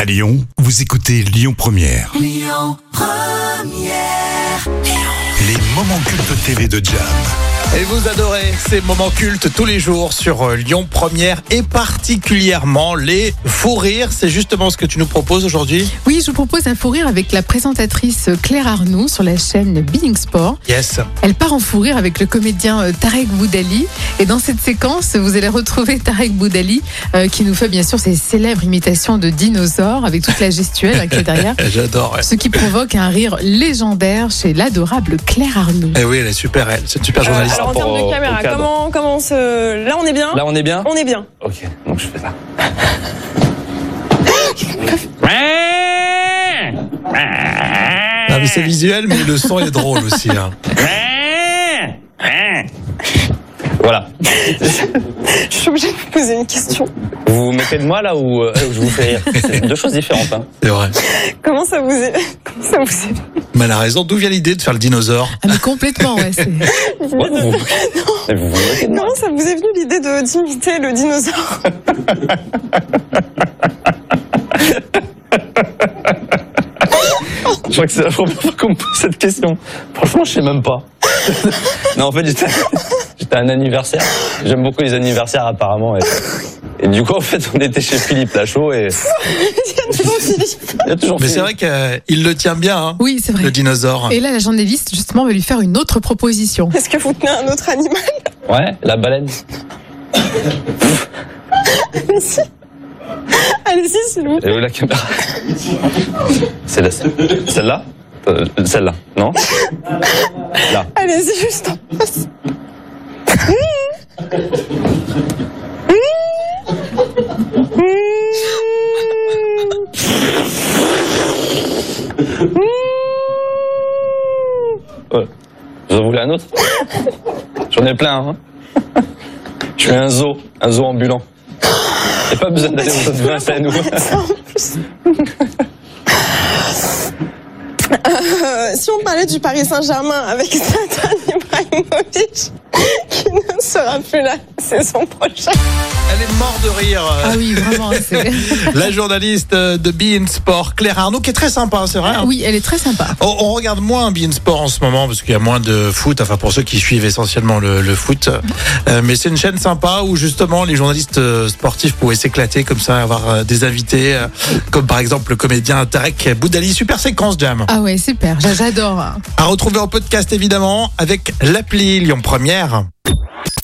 À Lyon, vous écoutez Lyon Première. Les moments cultes TV de Jam. Et vous adorez ces moments cultes tous les jours sur euh, Lyon Première et particulièrement les faux rires. C'est justement ce que tu nous proposes aujourd'hui. Oui, je vous propose un fou rire avec la présentatrice Claire Arnoux sur la chaîne Being Sport. Yes. Elle part en fou rire avec le comédien euh, Tarek Boudali. Et dans cette séquence, vous allez retrouver Tarek Boudali euh, qui nous fait bien sûr ses célèbres imitations de dinosaures avec toute la gestuelle hein, qui est derrière. J'adore. Ce qui provoque un rire légendaire chez l'adorable Claire Arnoux. Et Eh oui, elle est super, elle. C'est une super Euh, journaliste. alors en par termes rapport de au- caméra, au cadre. comment, comment se... Là on est bien Là, on est bien On est bien. Ok, donc je fais ça. Ah, mais c'est visuel, mais le son est drôle aussi. hein. Voilà. Je suis obligée de vous poser une question. Vous vous mettez de moi là ou euh, je vous fais rire C'est deux choses différentes. Hein. C'est vrai. Comment ça vous est... Comment ça vous est... Mais elle a raison. D'où vient l'idée de faire le dinosaure Ah, mais complètement, ouais. c'est- Ouais, vous, vous- Mais vous vous moquez de moi. Comment ça vous est venu l'idée de d'imiter le dinosaure Je crois que c'est la première fois qu'on me pose cette question. Franchement, je sais même pas. non, en fait, j'étais j'étais à un anniversaire. J'aime beaucoup les anniversaires apparemment. Et, et du coup, en fait, on était chez Philippe Lachaud et il y a toujours Mais Philippe. c'est vrai qu'il le tient bien, hein, Oui, c'est le vrai. dinosaure. Et là, la journaliste, justement, va lui faire une autre proposition. Est-ce que vous tenez un autre animal Ouais, la baleine. Allez-y s'il vous plaît. Et où est la caméra C'est la celle-là Euh, Celle-là, non Là. Allez-y juste en face. Ouais. Vous en voulez un autre J'en ai plein. Hein. Je suis un zoo, un zoo ambulant. Y'a pas besoin d'aller aux autres Vincennes ou Ça, en plus. Euh, si on parlait du Paris Saint-Germain avec Zlatan Ibrahimovic, qui ne sera plus là la saison prochaine. Elle est morte de rire. euh, Ah oui, vraiment. hein, c'est- La journaliste euh, de Bein Sport, Claire Arnaud, qui est très sympa, hein, c'est vrai. hein. Oui, elle est très sympa. On, on regarde moins Bein Sport en ce moment parce qu'il y a moins de foot. Enfin, pour ceux qui suivent essentiellement le, le foot, Euh, mais c'est une chaîne sympa où justement les journalistes euh, sportifs pouvaient s'éclater comme ça, avoir euh, des invités, euh, comme par exemple le comédien Tarek Boudali. Super séquence, Jam. Ah ouais, super. j'a- J'adore. hein. À retrouver en podcast évidemment avec l'appli Lyon Première.